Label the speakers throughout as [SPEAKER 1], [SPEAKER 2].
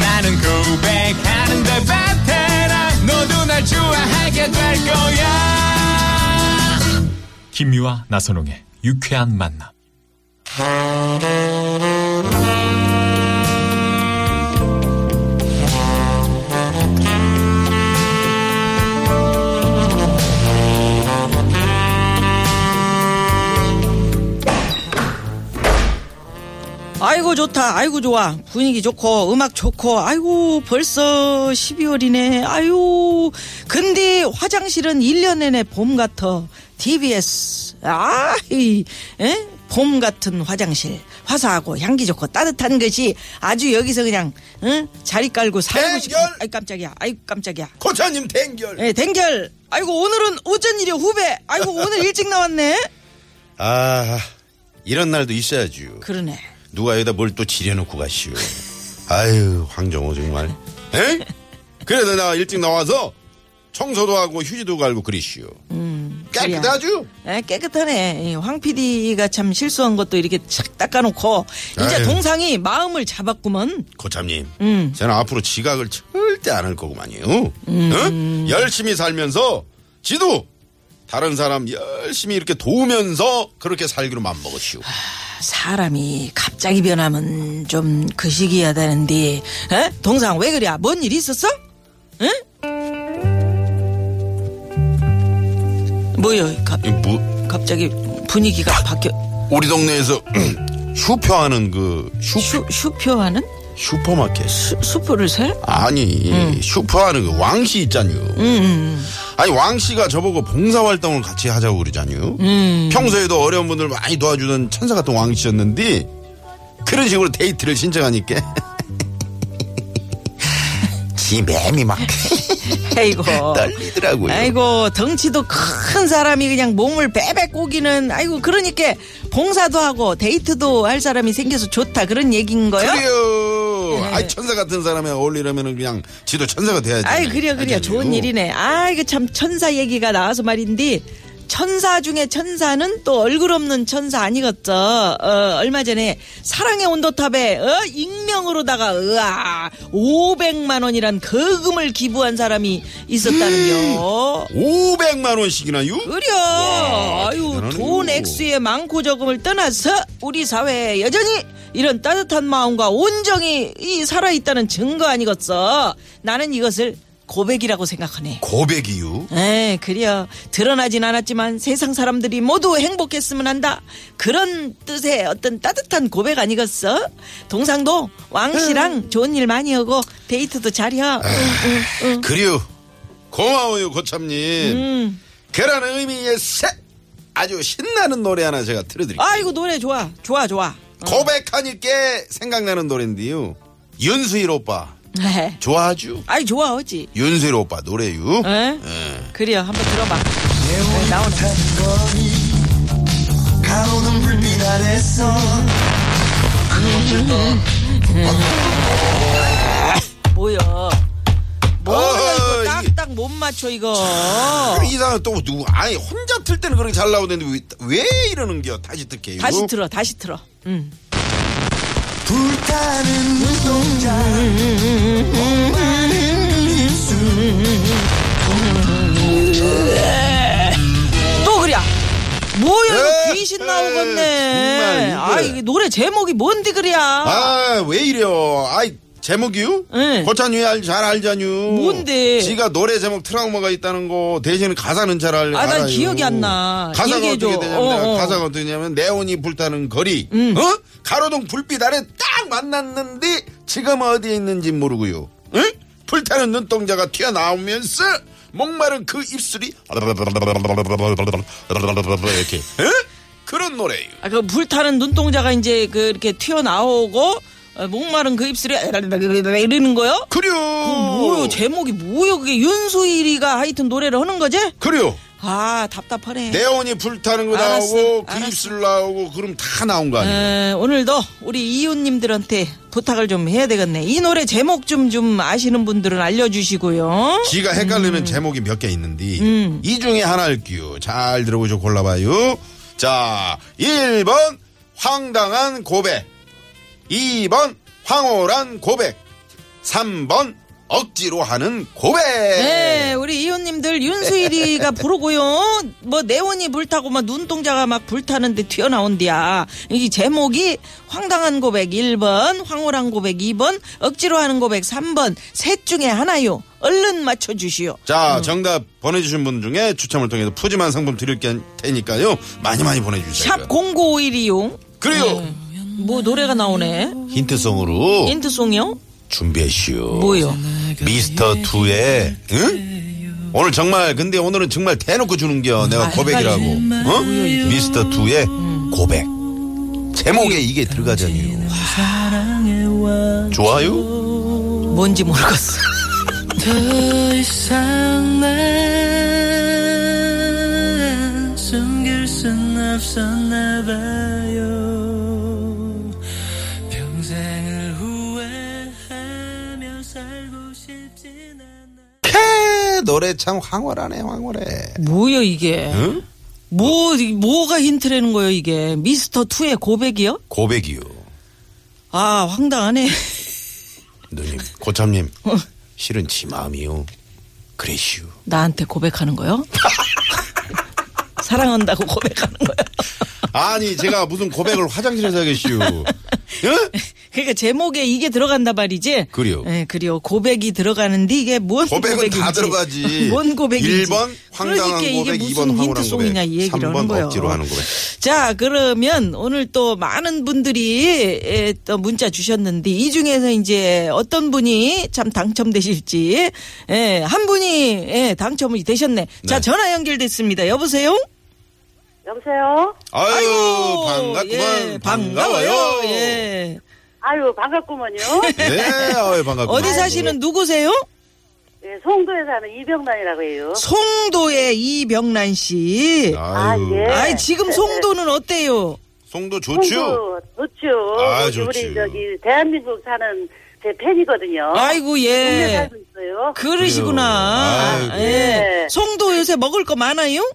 [SPEAKER 1] 나는 고백하는데 베테랑 너도 날 좋아하게 될 거야. 김유와 나선홍의 유쾌한 만남.
[SPEAKER 2] 아이고 좋다 아이고 좋아 분위기 좋고 음악 좋고 아이고 벌써 12월이네 아유 근데 화장실은 1년 내내 봄 같아 DBS 아이 에? 봄 같은 화장실 화사하고 향기 좋고 따뜻한 것이 아주 여기서 그냥 응? 자리 깔고 살고
[SPEAKER 3] 대결!
[SPEAKER 2] 싶어 아이 깜짝이야 아이 깜짝이야
[SPEAKER 3] 고차님 댕결.
[SPEAKER 2] 에 댕결 아이고 오늘은 오전일이야 후배 아이고 오늘 일찍 나왔네
[SPEAKER 3] 아 이런 날도 있어야지요.
[SPEAKER 2] 그러네
[SPEAKER 3] 누가 여기다 뭘 또 지려놓고 가시오. 아유 황정호 정말. 에? 그래도 나 일찍 나와서 청소도 하고 휴지도 갈고 그리시오. 깨끗하죠?
[SPEAKER 2] 에, 예, 깨끗하네. 이황 PD가 참 실수한 것도 이렇게 착 닦아놓고 이제
[SPEAKER 3] 아유.
[SPEAKER 2] 동상이 마음을 잡았구먼.
[SPEAKER 3] 고참님, 저는 앞으로 지각을 절대 안 할 거구만요. 응? 열심히 살면서 지도 다른 사람 열심히 이렇게 도우면서 그렇게 살기로 맘먹으시오.
[SPEAKER 2] 사람이 갑자기 변하면 좀 그 시기야 되는데 에? 동상 왜 그래? 뭔 일 있었어? 예? 에? 뭐요? 갑,
[SPEAKER 3] 이거 뭐?
[SPEAKER 2] 갑자기 분위기가 바뀌어.
[SPEAKER 3] 우리 동네에서 슈퍼하는 그 슈,
[SPEAKER 2] 슈, 슈표하는?
[SPEAKER 3] 슈퍼마켓
[SPEAKER 2] 슈- 슈퍼를 세?
[SPEAKER 3] 아니
[SPEAKER 2] 음.
[SPEAKER 3] 슈퍼하는 그 왕씨 있잖요. 아니 왕씨가 저보고 봉사활동을 같이 하자고 그러잖요.
[SPEAKER 2] 음.
[SPEAKER 3] 평소에도 어려운 분들 많이 도와주던 천사 같은 왕씨였는데 그런 식으로 데이트를 신청하니까 지 맴이 막
[SPEAKER 2] 아이고.
[SPEAKER 3] 떨리더라고요.
[SPEAKER 2] 어. 아이고 덩치도 큰 사람이 그냥 몸을 베베 꼬기는 아이고 그러니까 봉사도 하고 데이트도 할 사람이 생겨서 좋다 그런 얘기인 거요?
[SPEAKER 3] 그래요.
[SPEAKER 2] 네.
[SPEAKER 3] 아이 천사 같은 사람에 어울리려면 그냥 지도 천사가 돼야지.
[SPEAKER 2] 아이 그래요 그래요 좋은 일이네. 아 이거 참 천사 얘기가 나와서 말인데 천사 중에 천사는 또 얼굴 없는 천사 아니겠죠? 어, 얼마 전에 사랑의 온도탑에 어, 익명으로다가 으아 500만 원이란 거금을 기부한 사람이 있었다는겨.
[SPEAKER 3] 500만 원씩이나요?
[SPEAKER 2] 의려
[SPEAKER 3] 예,
[SPEAKER 2] 아유
[SPEAKER 3] 대단하네요.
[SPEAKER 2] 돈 액수의 많고 적음을 떠나서 우리 사회에 여전히 이런 따뜻한 마음과 온정이 이 살아있다는 증거 아니겠어 나는 이것을 고백이라고 생각하네
[SPEAKER 3] 고백이유.
[SPEAKER 2] 에 그려 드러나진 않았지만 세상 사람들이 모두 행복했으면 한다 그런 뜻의 어떤 따뜻한 고백 아니겠어 동상도
[SPEAKER 3] 음.
[SPEAKER 2] 왕씨랑 좋은 일 많이 하고 데이트도 잘해
[SPEAKER 3] 그리요. 고마워요, 고참님. 그런 의미에서 아주 신나는 노래 하나 제가 틀어드릴게요.
[SPEAKER 2] 아이고 노래 좋아 좋아 어. 좋아
[SPEAKER 3] 음. 고백하니까 생각나는 노래인데요. 윤수일 오빠. 네. 좋아하죠?
[SPEAKER 2] 아이 좋아하지
[SPEAKER 3] 윤수일 오빠 노래유.
[SPEAKER 2] 에? 예?
[SPEAKER 3] 예.
[SPEAKER 2] 그래요. 한번 들어봐. 네, 나오네.
[SPEAKER 4] 가로등 불빛 아래서
[SPEAKER 3] 음.
[SPEAKER 2] 뭐야. 뭐야,
[SPEAKER 3] 어이.
[SPEAKER 2] 이거 딱딱 못 맞춰, 이거.
[SPEAKER 3] 그 이상한 또 누구, 아니, 혼자 틀 때는 그렇게 잘 나오는데 왜, 왜 이러는 겨? 다시 틀게요.
[SPEAKER 2] 다시 틀어, 다시 틀어. 음. 응.
[SPEAKER 4] 불타는 눈동자 엄마는 입술
[SPEAKER 2] 또 그래. 뭐야, 이거
[SPEAKER 3] 에이,
[SPEAKER 2] 귀신
[SPEAKER 3] 에이,
[SPEAKER 2] 나오겠네.
[SPEAKER 3] 네. 정말 이거.
[SPEAKER 2] 아, 이 노래 제목이 뭔데 그래.
[SPEAKER 3] 아, 왜 이래요? 아이, 제목이요?
[SPEAKER 2] 응.
[SPEAKER 3] 고찬유 알, 잘 알잖유.
[SPEAKER 2] 네. 뭔데?
[SPEAKER 3] 지가 노래 제목 트라우마가 있다는 거 대신 가사는 잘 알,
[SPEAKER 2] 아, 난
[SPEAKER 3] 알아요.
[SPEAKER 2] 기억이 안 나.
[SPEAKER 3] 가사가
[SPEAKER 2] 얘기해줘.
[SPEAKER 3] 어떻게
[SPEAKER 2] 어,
[SPEAKER 3] 되냐면
[SPEAKER 2] 음.
[SPEAKER 3] 내가
[SPEAKER 2] 어.
[SPEAKER 3] 가사가 어떻게 되냐면 네온이 불타는 거리. 어? 가로등 불빛 아래 딱 만났는데 지금 어디에 있는지 모르고요. 응? 불타는 눈동자가 튀어나오면서 목마른 그 입술이 이렇게 응? 그런 노래예요.
[SPEAKER 2] 아, 그 불타는 눈동자가 이제 그 이렇게 튀어나오고, 어, 어, 목마른 그 입술이 에라라라라라 이러는 거요?
[SPEAKER 3] 그려.
[SPEAKER 2] 뭐요? 제목이 뭐요? 그게 윤수일이가 하여튼 노래를 하는 거지?
[SPEAKER 3] 그려.
[SPEAKER 2] 아 답답하네.
[SPEAKER 3] 네온이 불타는 거
[SPEAKER 2] 알았어,
[SPEAKER 3] 나오고 그
[SPEAKER 2] 알았어. 네.
[SPEAKER 3] 입술 나오고 그럼 다 나온 거 아니에요?
[SPEAKER 2] 에, 오늘도 우리 이웃님들한테 부탁을 좀 해야 되겠네. 이 노래 제목 좀 좀 아시는 분들은 알려주시고요.
[SPEAKER 3] 지가
[SPEAKER 2] 음.
[SPEAKER 3] 헷갈리면 제목이 몇 개 있는데 이 중에 하나일게요. 잘 들어보죠. 골라봐요. 자, 1번 황당한 고백. 2번 황홀한 고백. 3번 억지로 하는 고백.
[SPEAKER 2] 네, 우리 이웃님들 윤수일이가 부르고요. 뭐 네온이 불타고 막 눈동자가 막 불타는데 튀어나온디야. 이 제목이 황당한 고백 1번, 황홀한 고백 2번, 억지로 하는 고백 3번. 셋 중에 하나요. 얼른 맞춰 주시오.
[SPEAKER 3] 자, 정답 보내주신 분 중에 추첨을 통해서 푸짐한 상품 드릴 게- 테니까요. 많이 많이 보내주세요.
[SPEAKER 2] 샵 0951이용.
[SPEAKER 3] 그래요.
[SPEAKER 2] 뭐 노래가 나오네.
[SPEAKER 3] 힌트송으로
[SPEAKER 2] 인트송이요?
[SPEAKER 3] 준비했슈.
[SPEAKER 2] 뭐요?
[SPEAKER 3] 미스터 투의 응? 오늘 정말 근데 오늘은 정말 대놓고 주는겨 내가 고백이라고 어? 미스터 투의 고백 제목에 이게 들어가잖아요 좋아요?
[SPEAKER 2] 뭔지 모르겠어.
[SPEAKER 5] 더 이상 난 숨길 순 없었나 봐요 평생을 후회하며 살고 싶진 않아
[SPEAKER 3] 캐 노래 참 황홀하네 황홀해
[SPEAKER 2] 뭐요 이게?
[SPEAKER 3] 응?
[SPEAKER 2] 뭐 뭐가 힌트라는 거예요 이게? 미스터 투의 고백이요?
[SPEAKER 3] 고백이요
[SPEAKER 2] 아 황당하네.
[SPEAKER 3] 누님 고참님 실은 지 마음이요 그래시오
[SPEAKER 2] 나한테 고백하는 거요? 사랑한다고 고백하는 거요?
[SPEAKER 3] 아니 제가 무슨 고백을 화장실에서 하겠시오 응?
[SPEAKER 2] 그러니까 제목에 이게 들어간다 말이지.
[SPEAKER 3] 그래요.
[SPEAKER 2] 예, 그래요. 고백이 들어가는데 이게 뭔
[SPEAKER 3] 고백은
[SPEAKER 2] 고백인지.
[SPEAKER 3] 다 들어가지.
[SPEAKER 2] 뭔 고백인지.
[SPEAKER 3] 일 번 황당한
[SPEAKER 2] 그러니까 이게
[SPEAKER 3] 고백,
[SPEAKER 2] 무슨
[SPEAKER 3] 이번 황홀한
[SPEAKER 2] 힌트송이냐
[SPEAKER 3] 고백,
[SPEAKER 2] 이 얘기를
[SPEAKER 3] 삼번
[SPEAKER 2] 하는 거예요.
[SPEAKER 3] 억지로 하는 고백.
[SPEAKER 2] 자, 그러면 오늘 또 많은 분들이 예, 또 문자 주셨는데 이 중에서 이제 어떤 분이 참 당첨되실지 예, 한 분이 예, 당첨이 되셨네. 자,
[SPEAKER 3] 네.
[SPEAKER 2] 전화 연결됐습니다. 여보세요?
[SPEAKER 6] 여보세요?
[SPEAKER 3] 아유,
[SPEAKER 2] 아이고,
[SPEAKER 3] 반갑구만
[SPEAKER 2] 예,
[SPEAKER 3] 반가워요
[SPEAKER 2] 예.
[SPEAKER 6] 아유, 반갑구만요.
[SPEAKER 3] 네, 아유, 반갑고.
[SPEAKER 2] 어디 사시는 누구세요?
[SPEAKER 6] 예, 송도에 사는 이병란이라고 해요.
[SPEAKER 2] 송도의 이병란 씨.
[SPEAKER 6] 아,
[SPEAKER 3] 아유,
[SPEAKER 6] 예.
[SPEAKER 2] 아이 지금 송도는 어때요?
[SPEAKER 3] 송도 좋죠?
[SPEAKER 6] 송도, 좋죠.
[SPEAKER 3] 아,
[SPEAKER 6] 우리
[SPEAKER 3] 좋지요.
[SPEAKER 6] 우리 저기 대한민국 사는 제 팬이거든요.
[SPEAKER 2] 아이고
[SPEAKER 6] 송도에
[SPEAKER 2] 예.
[SPEAKER 6] 살고 있어요.
[SPEAKER 2] 그러시구나.
[SPEAKER 3] 그래요. 아이고.
[SPEAKER 2] 예.
[SPEAKER 6] 예.
[SPEAKER 2] 송도 요새 먹을 거 많아요?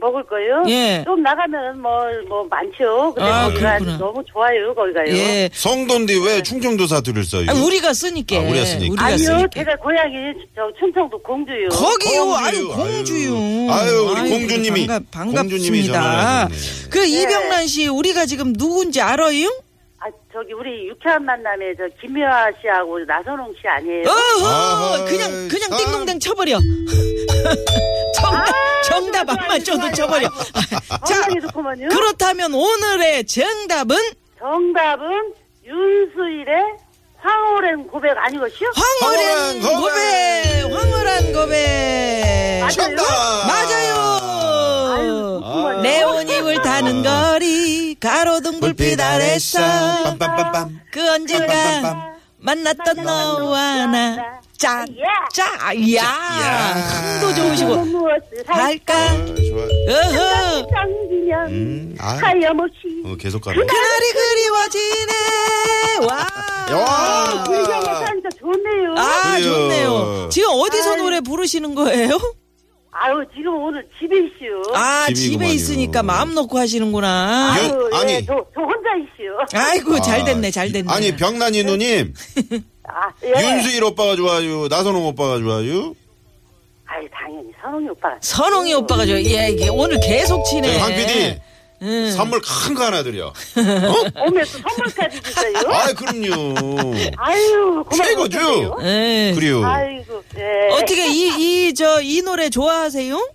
[SPEAKER 6] 먹을 거요?
[SPEAKER 2] 예.
[SPEAKER 6] 좀 나가면 뭐, 뭐 많죠. 근데
[SPEAKER 2] 아,
[SPEAKER 6] 거기가
[SPEAKER 2] 그렇구나.
[SPEAKER 6] 너무 좋아요, 거기가요.
[SPEAKER 2] 예.
[SPEAKER 3] 송도인데 왜 충청도 사투리를 써요?
[SPEAKER 2] 아, 우리가 쓰니까.
[SPEAKER 3] 아, 우리가 쓰니까.
[SPEAKER 6] 아니요,
[SPEAKER 2] 쓰니까.
[SPEAKER 6] 제가 고향이 저 충청도 공주요. 어,
[SPEAKER 2] 거기요,
[SPEAKER 3] 공주요.
[SPEAKER 2] 아유, 공주요.
[SPEAKER 3] 아유, 우리 공주님이,
[SPEAKER 2] 반갑,
[SPEAKER 3] 공주님이
[SPEAKER 2] 반갑습니다.
[SPEAKER 3] 전화를 하셨네.
[SPEAKER 2] 그 이병란 씨, 우리가 지금 누군지 알아요?
[SPEAKER 6] 아, 저기 우리 유쾌한 만남에 저 김미화 씨하고 나선홍 씨 아니에요?
[SPEAKER 2] 어허,
[SPEAKER 3] 아하,
[SPEAKER 2] 그냥, 그냥
[SPEAKER 3] 참.
[SPEAKER 2] 띵동댕 쳐버려. 정답, 정답 안 맞춰도 쳐버려. 자,
[SPEAKER 6] 건강이 좋구만요.
[SPEAKER 2] 그렇다면 오늘의 정답은
[SPEAKER 6] 정답은 윤수일의 황홀한 고백 아니것이요?
[SPEAKER 2] 황홀한
[SPEAKER 3] 황홀한
[SPEAKER 2] 고백,
[SPEAKER 3] 고백.
[SPEAKER 2] 황홀한 고백.
[SPEAKER 3] 정답!
[SPEAKER 2] 맞아요.
[SPEAKER 6] 아유,
[SPEAKER 2] 네온이 불타는 거리 가로등 아. 불빛 아래서
[SPEAKER 3] 빰빰빰빰.
[SPEAKER 2] 그 언젠가 만났던 너와 나 짝짝야 흥도 좋으시고
[SPEAKER 6] 무엇을
[SPEAKER 3] 아,
[SPEAKER 2] 갈까
[SPEAKER 3] 좋아요.
[SPEAKER 2] 어허
[SPEAKER 6] 할까장기면
[SPEAKER 3] 음, 아,
[SPEAKER 6] 하염없이
[SPEAKER 3] 어, 계속 가네.
[SPEAKER 2] 그날이 그리워지네
[SPEAKER 6] 아,
[SPEAKER 3] 야.
[SPEAKER 6] 그
[SPEAKER 2] 와.
[SPEAKER 6] 불경에 사니까 좋네요.
[SPEAKER 2] 아
[SPEAKER 3] 그래요.
[SPEAKER 2] 좋네요. 지금 어디서
[SPEAKER 6] 아유.
[SPEAKER 2] 노래 부르시는 거예요?
[SPEAKER 6] 아. 유 지금 오늘 집에 있슈.
[SPEAKER 2] 아 집에
[SPEAKER 3] 집이구만요.
[SPEAKER 2] 있으니까 마음 놓고 하시는구나.
[SPEAKER 3] 여-
[SPEAKER 6] 아유, 예,
[SPEAKER 3] 아니.
[SPEAKER 6] 저, 저 혼자 있슈.
[SPEAKER 2] 아이고 잘 됐네
[SPEAKER 3] 아,
[SPEAKER 2] 잘 됐네.
[SPEAKER 3] 아니, 병난이 누님,
[SPEAKER 6] 아, 예.
[SPEAKER 3] 윤수일 오빠가 좋아요? 나선홍 오빠가 좋아요?
[SPEAKER 6] 아이, 당연히 선홍이 오빠.
[SPEAKER 2] 선홍이 오빠가 저 예, 이게 오늘 계속 치네. 예.
[SPEAKER 3] 저희 황 PD,
[SPEAKER 2] 응.
[SPEAKER 3] 선물 큰 거 하나 드려.
[SPEAKER 6] 오면 또 선물까지 주세요.
[SPEAKER 3] 아, 그럼요.
[SPEAKER 6] 아유, 고마워요.
[SPEAKER 3] 최고죠?
[SPEAKER 2] 예.
[SPEAKER 3] 그래요.
[SPEAKER 6] 아이고, 예.
[SPEAKER 2] 어떻게 이 이 저 이 노래 좋아하세요?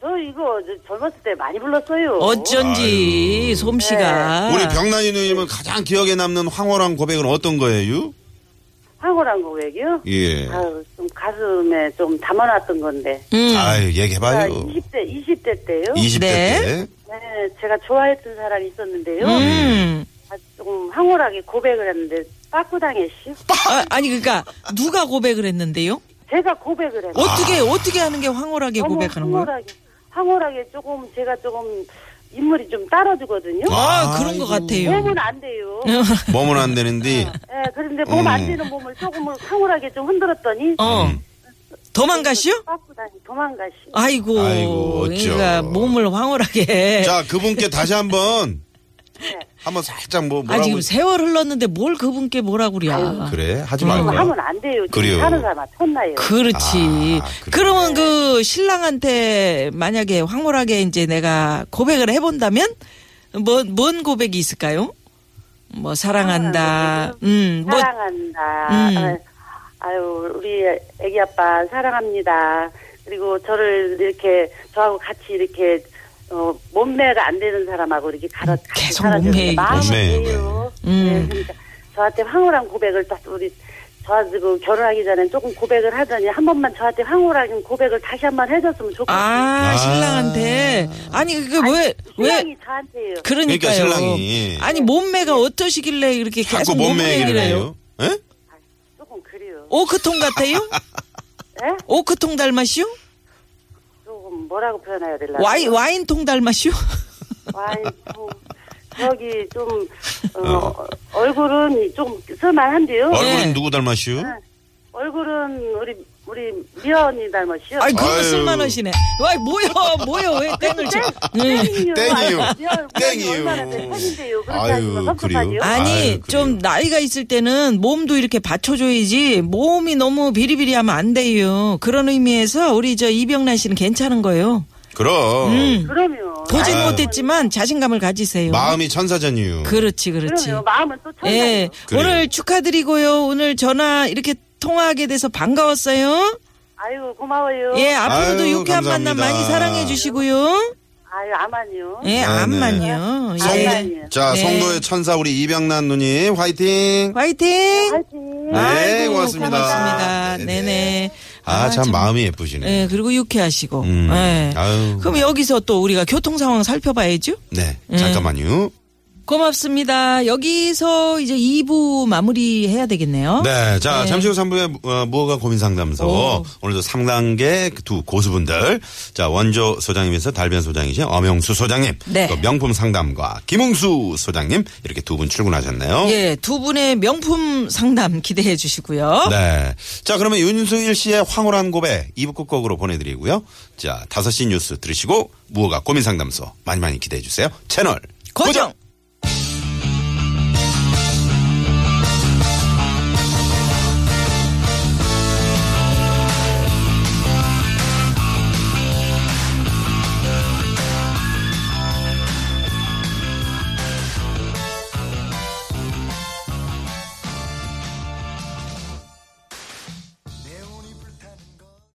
[SPEAKER 6] 저 이거 저 젊었을 때 많이 불렀어요.
[SPEAKER 2] 어쩐지 솜씨가
[SPEAKER 3] 예. 우리 병난이 누님은 가장 기억에 남는 황홀한 고백은 어떤 거예요?
[SPEAKER 6] 황홀한 고백이요?
[SPEAKER 3] 예.
[SPEAKER 6] 아유, 좀 가슴에 좀 담아놨던 건데.
[SPEAKER 2] 음.
[SPEAKER 3] 아유,
[SPEAKER 6] 제가
[SPEAKER 3] 얘기해봐요.
[SPEAKER 6] 20대, 20대 때요?
[SPEAKER 3] 20대
[SPEAKER 2] 네.
[SPEAKER 3] 때.
[SPEAKER 6] 네, 제가 좋아했던 사람이 있었는데요.
[SPEAKER 2] 음.
[SPEAKER 6] 아, 좀 조금 황홀하게 고백을 했는데 빠꾸당했시요.
[SPEAKER 2] 아, 니 그러니까 누가 고백을 했는데요?
[SPEAKER 6] 제가 고백을 했어요.
[SPEAKER 3] 아.
[SPEAKER 2] 어떻게 어떻게 하는 게 황홀하게
[SPEAKER 6] 너무
[SPEAKER 2] 고백하는 거예요?
[SPEAKER 6] 황홀하게, 황홀하게 조금 제가 조금 인물이 좀 따라주거든요.
[SPEAKER 2] 아, 그런 것 같아요.
[SPEAKER 6] 몸은 안 돼요.
[SPEAKER 3] 몸은 안 되는데
[SPEAKER 6] 예, 그런데 몸 안 되는 몸을 조금 황홀하게 좀 흔들었더니
[SPEAKER 2] 어.
[SPEAKER 3] 음.
[SPEAKER 2] 도망가시오?
[SPEAKER 6] 빠꾸다니 도망가시.
[SPEAKER 2] 아이고,
[SPEAKER 3] 아이고, 어쩌.
[SPEAKER 2] 그러니까 몸을 황홀하게.
[SPEAKER 3] 자 그분께 다시 한번
[SPEAKER 2] 네.
[SPEAKER 3] 한번 살짝 뭐
[SPEAKER 2] 아
[SPEAKER 3] 뭐라고 아,
[SPEAKER 2] 지금 세월 흘렀는데 뭘 그분께 뭐라 그래야?
[SPEAKER 3] 그래 하지
[SPEAKER 6] 그럼
[SPEAKER 2] 음,
[SPEAKER 3] 말고
[SPEAKER 6] 하면 안 돼요. 지금
[SPEAKER 3] 그래요.
[SPEAKER 6] 사는 사람 쳤나요?
[SPEAKER 2] 그렇지.
[SPEAKER 3] 아, 그래.
[SPEAKER 2] 그러면 그 신랑한테 만약에 황홀하게 이제 내가 고백을 해본다면 뭔, 뭔 고백이 있을까요? 뭐 사랑한다. 음, 뭐
[SPEAKER 6] 사랑한다.
[SPEAKER 2] 음.
[SPEAKER 6] 아, 아유 우리 애기 아빠 사랑합니다. 그리고 저를 이렇게 저하고 같이 이렇게 어, 몸매가 안 되는 사람하고 이렇게 갈아 같이
[SPEAKER 2] 음, 계속
[SPEAKER 6] 살아주는
[SPEAKER 2] 몸매
[SPEAKER 6] 게 마음이
[SPEAKER 3] 몸매 얘기.
[SPEAKER 6] 돼요. 네, 그러니까 저한테 황홀한 고백을 딱 우리 저한테 그 결혼하기 전에 조금 고백을 하더니 한 번만 저한테 황홀한 고백을 다시 한 번 해줬으면 좋겠어요.
[SPEAKER 2] 아, 신랑한테 아니 그게 왜 왜?
[SPEAKER 6] 신랑이 저한테요.
[SPEAKER 2] 그러니까요.
[SPEAKER 3] 그러니까 신랑이.
[SPEAKER 2] 아니 몸매가 어떠시길래 이렇게
[SPEAKER 3] 자꾸
[SPEAKER 2] 계속
[SPEAKER 3] 몸매 얘기를
[SPEAKER 2] 해요?
[SPEAKER 3] 해요. 예?
[SPEAKER 6] 조금 그래요.
[SPEAKER 2] 오크통 같아요? 네?
[SPEAKER 6] 예?
[SPEAKER 2] 오크통 닮았슈?
[SPEAKER 6] 조금 뭐라고 표현해야 되나?
[SPEAKER 2] 와인 와인통 닮았슈?
[SPEAKER 6] 와이프 저기 좀 어, 얼굴은 좀 쓸만한데요. 예,
[SPEAKER 3] 얼굴은 누구
[SPEAKER 2] 네.
[SPEAKER 3] 닮았슈?
[SPEAKER 6] 얼굴은 우리 우리 미아 언니 닮았시요.
[SPEAKER 2] 아이 그거
[SPEAKER 3] 아유.
[SPEAKER 2] 쓸만하시네. 와이 뭐야 뭐야 왜 땡을 쳐? 응.
[SPEAKER 6] 땡이요.
[SPEAKER 3] 땡이요. 땡이요.
[SPEAKER 6] 얼마나 내 편인데요.
[SPEAKER 3] 아유,
[SPEAKER 6] 그렇게 하시면
[SPEAKER 3] 그래요?
[SPEAKER 6] 섭섭하지요.
[SPEAKER 3] 아,
[SPEAKER 2] 아니
[SPEAKER 3] 아유, 그래요.
[SPEAKER 2] 좀 나이가 있을 때는 몸도 이렇게 받쳐줘야지 몸이 너무 비리비리하면 안 돼요. 그런 의미에서 우리 저 이병란 씨는 괜찮은 거예요.
[SPEAKER 3] 그럼
[SPEAKER 6] 그럼요.
[SPEAKER 2] 보진
[SPEAKER 3] 아유.
[SPEAKER 2] 못했지만 자신감을 가지세요.
[SPEAKER 3] 마음이 천사전이유.
[SPEAKER 2] 그렇지 그렇지.
[SPEAKER 6] 그럼요. 마음은 또 천사요.
[SPEAKER 2] 예
[SPEAKER 3] 그래요.
[SPEAKER 2] 오늘 축하드리고요. 오늘 전화 이렇게 통화하게 돼서 반가웠어요.
[SPEAKER 6] 아유 고마워요.
[SPEAKER 2] 예 앞으로도
[SPEAKER 3] 아유,
[SPEAKER 2] 유쾌한 만남
[SPEAKER 3] 감사합니다. 네,
[SPEAKER 2] 많이 사랑해 주시고요.
[SPEAKER 6] 아유 아만요.
[SPEAKER 2] 예 암만요.
[SPEAKER 3] 성,
[SPEAKER 2] 예.
[SPEAKER 6] 네.
[SPEAKER 3] 자
[SPEAKER 2] 네.
[SPEAKER 3] 성도의 천사 우리 이병란 누님 화이팅.
[SPEAKER 2] 화이팅.
[SPEAKER 6] 화이팅.
[SPEAKER 3] 네,
[SPEAKER 2] 아이고,
[SPEAKER 3] 고맙습니다.
[SPEAKER 2] 고맙습니다.
[SPEAKER 3] 네네.
[SPEAKER 2] 네네.
[SPEAKER 3] 아 참 마음이 예쁘시네.
[SPEAKER 2] 예, 그리고 유쾌하시고.
[SPEAKER 3] 음.
[SPEAKER 2] 예.
[SPEAKER 3] 아유.
[SPEAKER 2] 그럼 여기서 또 우리가 교통 상황 살펴봐야죠.
[SPEAKER 3] 네 잠깐만요.
[SPEAKER 2] 고맙습니다. 여기서 이제 2부 마무리 해야 어? 되겠네요.
[SPEAKER 3] 네, 자 잠시 후 3부에 어, 무허가 고민 상담소
[SPEAKER 2] 오.
[SPEAKER 3] 오늘도 3단계 두 고수분들 자 원조 소장님에서 달변 소장이신 엄영수 소장님
[SPEAKER 2] 네.
[SPEAKER 3] 또 명품 상담과 김홍수 소장님 이렇게 두 분 출근하셨네요.
[SPEAKER 2] 예, 두 분의 명품 상담 기대해 주시고요.
[SPEAKER 3] 네. 자, 그러면 윤수일 씨의 황홀한 고백 2부 끝곡으로 보내드리고요. 자, 5시 뉴스 들으시고 무허가 고민 상담소 많이 많이 기대해 주세요. 채널
[SPEAKER 2] 고정.